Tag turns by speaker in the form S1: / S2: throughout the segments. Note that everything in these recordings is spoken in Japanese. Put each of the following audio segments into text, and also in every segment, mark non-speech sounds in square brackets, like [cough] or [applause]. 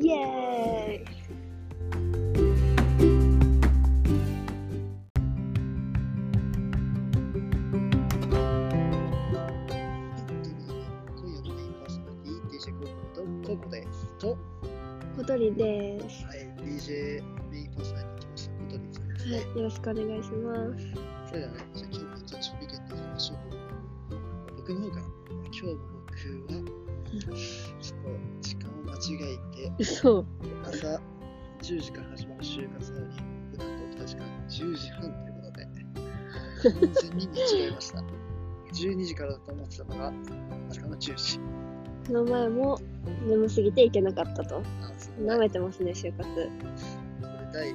S1: イエーイ
S2: 今夜のメインパーソナリティ DJ コーコとコーコです。と、は
S1: 小鳥です。
S2: い、DJ メインパーソナリティ来ました。コトリさんです
S1: は
S2: ね
S1: い。、よろしくお願いします。
S2: それではね、じゃあ今日の立ち振り返っていきましょう。僕の方から、今日も僕は、ちょっと時間を間違えて、
S1: 嘘。
S2: 朝10時から始まる就活なのに、僕が起きた時間10時半ということで、完全に間違えました。12時からだと思ってたのが、まさかの10時。
S1: この前も眠すぎていけなかったと。
S2: あそう
S1: 舐めてますね、就活。
S2: これ第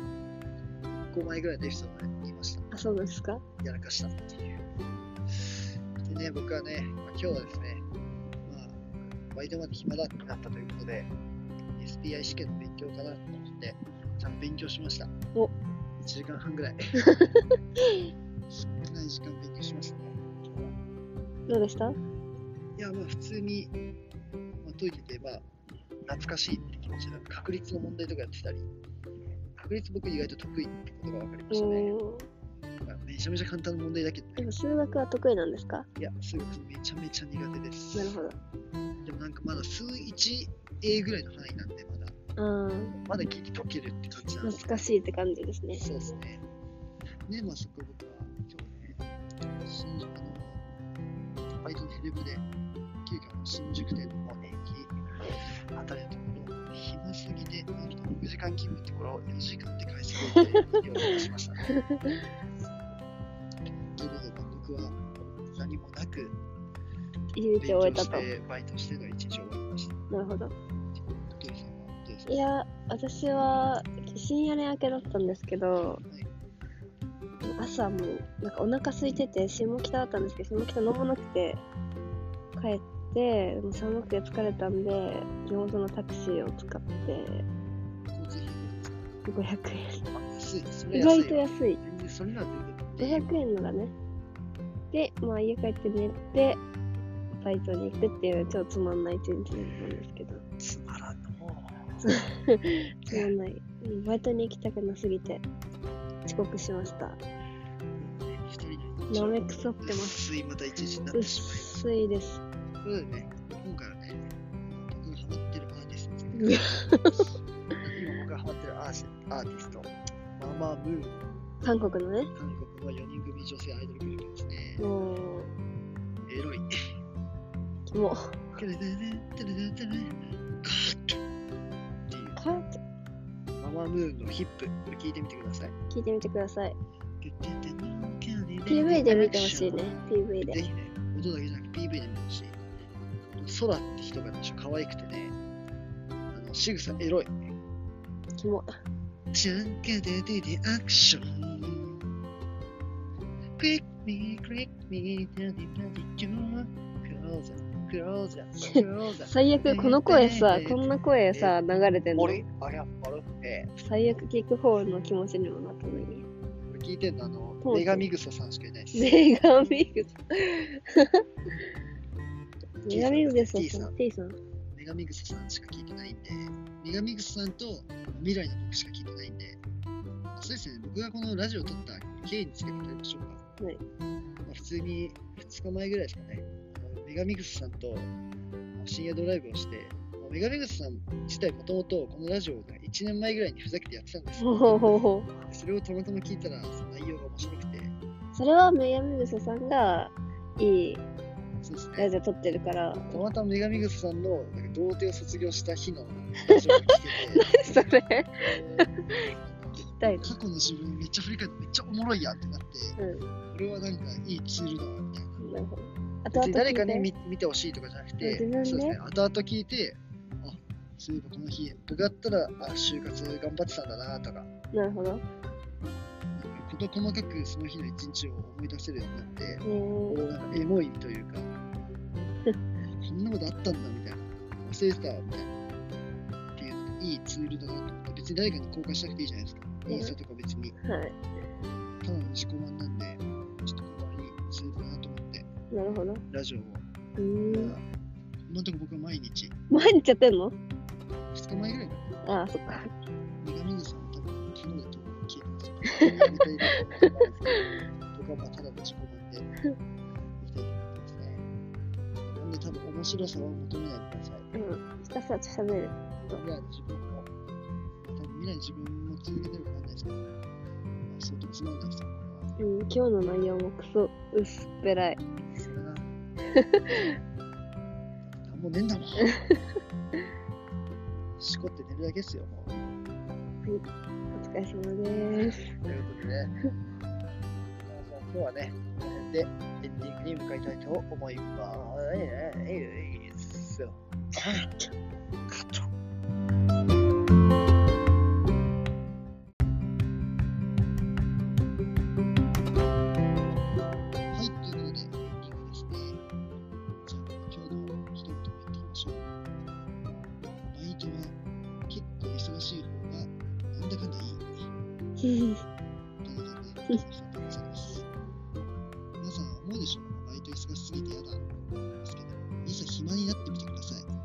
S2: 5枚ぐらいのエピソードで言いました。
S1: あ、そうなんですか
S2: やらかしたっていう。でね、僕はね、まあ今日はですね、まあ、バイトまで暇だってなったということで、SPI 試験の勉強かなと思って、ちゃんと勉強しました。
S1: お
S2: 1時間半ぐらい。少ない時間勉強しましたね。今日は
S1: どうでした
S2: いや、まあ、普通に、まあ、解いてて、まあ、懐かしいって気持ちで、確率の問題とかやってたり、確率僕意外と得意ってことが分かりましたね。
S1: おー
S2: なんかめちゃめちゃ簡単な問題だけど
S1: で
S2: ね
S1: も。数学は得意なんですか
S2: いや、数学めちゃめちゃ苦手です。
S1: なるほど。
S2: でもなんかまだ数 1A ぐらいの範囲なんで、まだ、
S1: あ
S2: まだ聞き解けるって感じ
S1: あ、
S2: なんです
S1: 難しいって感じですね。
S2: そうですね。ね、まあそこ僕は今日ね、新宿のバイトのヘルプで、急遽新宿店の駅あたりのところ、暇すぎて、なんと6時間勤務ってこれを4時間で返すことで、了解しました。
S1: [laughs]
S2: ということで、僕は何もなく、
S1: 一日終え
S2: 勉強
S1: た
S2: し
S1: と。
S2: て、バイトしての一日終わりました。
S1: なるほど。
S2: トリさんはどうですか
S1: いや、私は深夜寝明けだったんですけど、朝もうなんかお腹空いてて下北だったんですけど下北飲まなくて帰ってでも寒くて疲れたんで地元のタクシーを使って
S2: 交通費あ
S1: 500
S2: 安い。それ
S1: 円意
S2: 安いわ。
S1: 外と安い
S2: 全然それなら全然。
S1: 500円のがねでまあ家帰って寝てバイトに行ってっていう超つまんない一日だったんですけど
S2: つまらんのもう。
S1: つまんないうんバイトに行きたくなすぎて遅刻しました
S2: 一人で。
S1: なめくそってます
S2: す。いまた一時になってしまいまし
S1: 薄いです
S2: た。ということでね、今回はね、僕がハマってるアーティスト今僕がハマってるア
S1: うわ
S2: ーシアーティスト、ママムーン、
S1: 韓国のね
S2: 韓国の4人組女性アイドルグループですね。
S1: もう
S2: エロい。
S1: キモ
S2: テレテレテレテレテレカーッっていう。
S1: は
S2: マ
S1: っ
S2: マムーンのヒップ、これ聞いてみてください。
S1: 聞いてみてください PV で見てほしいね。PV
S2: ぜ
S1: で
S2: ひね、音だけじゃなくて PV で見てほしい。空って人がね、可愛くてね、あの仕草エロい。
S1: キモ
S2: ジャンケデデデアクション。クリックミークリックミーダディダディジョン。クローザークローザークローザー。
S1: 最悪この声さ
S2: えー
S1: こんな声さ流れてんの
S2: 俺あれあれえ
S1: 最悪聞く方の気持ちにもなった
S2: [laughs]
S1: のに
S2: ーこれ聞いてんのあ
S1: ポ
S2: の、
S1: ーズ
S2: メガミグソさんしかいないです。
S1: メガミグ
S2: [laughs]
S1: スメガミグス
S2: T
S1: さ
S2: さ
S1: ん
S2: ん
S1: T さん
S2: メガミグスさんしか聞いてないんで、メガミグスさんと未来の僕しか聞いてないんで、そうですね、僕がこのラジオを撮った経緯について語りましょうか。
S1: はい
S2: まあ、普通に2日前ぐらいですかね、あのメガミグスさんとまあ深夜ドライブをして、まあメガミグスさん自体もともとこのラジオをね1年前ぐらいにふざけてやってたんです
S1: ほほほ
S2: よ。
S1: ほ
S2: それをたまたま聞いたら、その内容が面白くて、
S1: それはメガミグスさんがいい
S2: そうですね。
S1: ラジオ撮ってるから
S2: たまたま女神グさんのなんか童貞を卒業した日のラ
S1: [laughs]
S2: ジオを聞け
S1: それ
S2: て
S1: 聞きたい
S2: 過去の自分めっちゃ振り返ってめっちゃおもろいやんってなって
S1: うん
S2: これはなんかいいツールだわみたいな
S1: なるほどあと
S2: 別
S1: あ
S2: に
S1: と
S2: 誰かに見見てほしいとかじゃなくて
S1: あ自分で
S2: そうですね後々聞いてあそういえばこの日僕だったらあ就活頑張ってたんだなとかなんか
S1: なるほど
S2: 事細かくその日の一日を思い出せるようになって
S1: えー
S2: こうなんかエモいというかこんなことあったんだみたいな忘れてたわみたいなっていういいツールだなと思って別に誰かに公開しなくていいじゃないですか
S1: うん
S2: インスタとか別に
S1: はい
S2: ただの自己満なんでちょっとここはいいツールだなと思って
S1: なるほどう
S2: ラジオを
S1: ーん
S2: 今のところ僕は毎日
S1: 毎日やってんの
S2: 2日前ぐらいかな
S1: ああ、そっか。
S2: 苦みさんは多分昨日だと聞いてます。やりたいことがあるんですけど僕はまあただの自己満でいきたいと思ってますね。なんで多分面白さを求めないでください。
S1: うん。ひたすらしゃべる。
S2: 未来の自分も、多分未来の自分も続けてるかわかんないですけど、まあ、相当つまんないですよ、こ
S1: うん。今日の内容もクソ薄っぺらい。
S2: れは。それな。なんもねえんだもん。しこって寝るだけですよ、もう。
S1: お疲れ様です。
S2: ということでね、さん今日はね、この辺でエンディングに向かいたいと思います。はい、ということで、エンディングですね。じゃあ、今日の一言もいってみましょう。バイトは結構忙しい方が、なんだかんだいい。皆さん思うでしょうバイト忙しすぎて嫌だですけど、いざ暇になってみてください。ま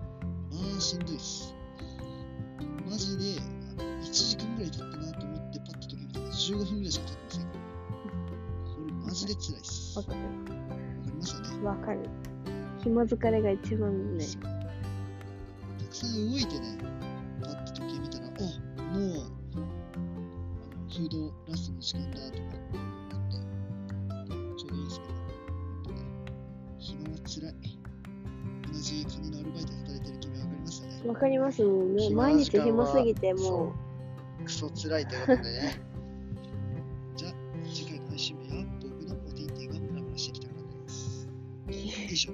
S2: あしんどいっす。マジであの1時間ぐらい経ったなと思ってパッと時計見たら15分ぐらいしか経ってませんから。これマジで辛いっす。
S1: わ
S2: わか
S1: かる。
S2: りますよね。
S1: わかる。暇疲れが一番ね。
S2: たくさん動いてね、パッと時計見たら、あもうあのフードラストの時間だとか思って、ちょうどいいんですけど、やっぱね、暇はつらい。同じ金のアルバイトで働いてる気分わかりますよね。
S1: わかりますもんね。毎日暇すぎても
S2: う。 [laughs] クソつらいということでね。じゃあ、次回の配信日は僕のおティンティがムラムラしてきたからです。以上、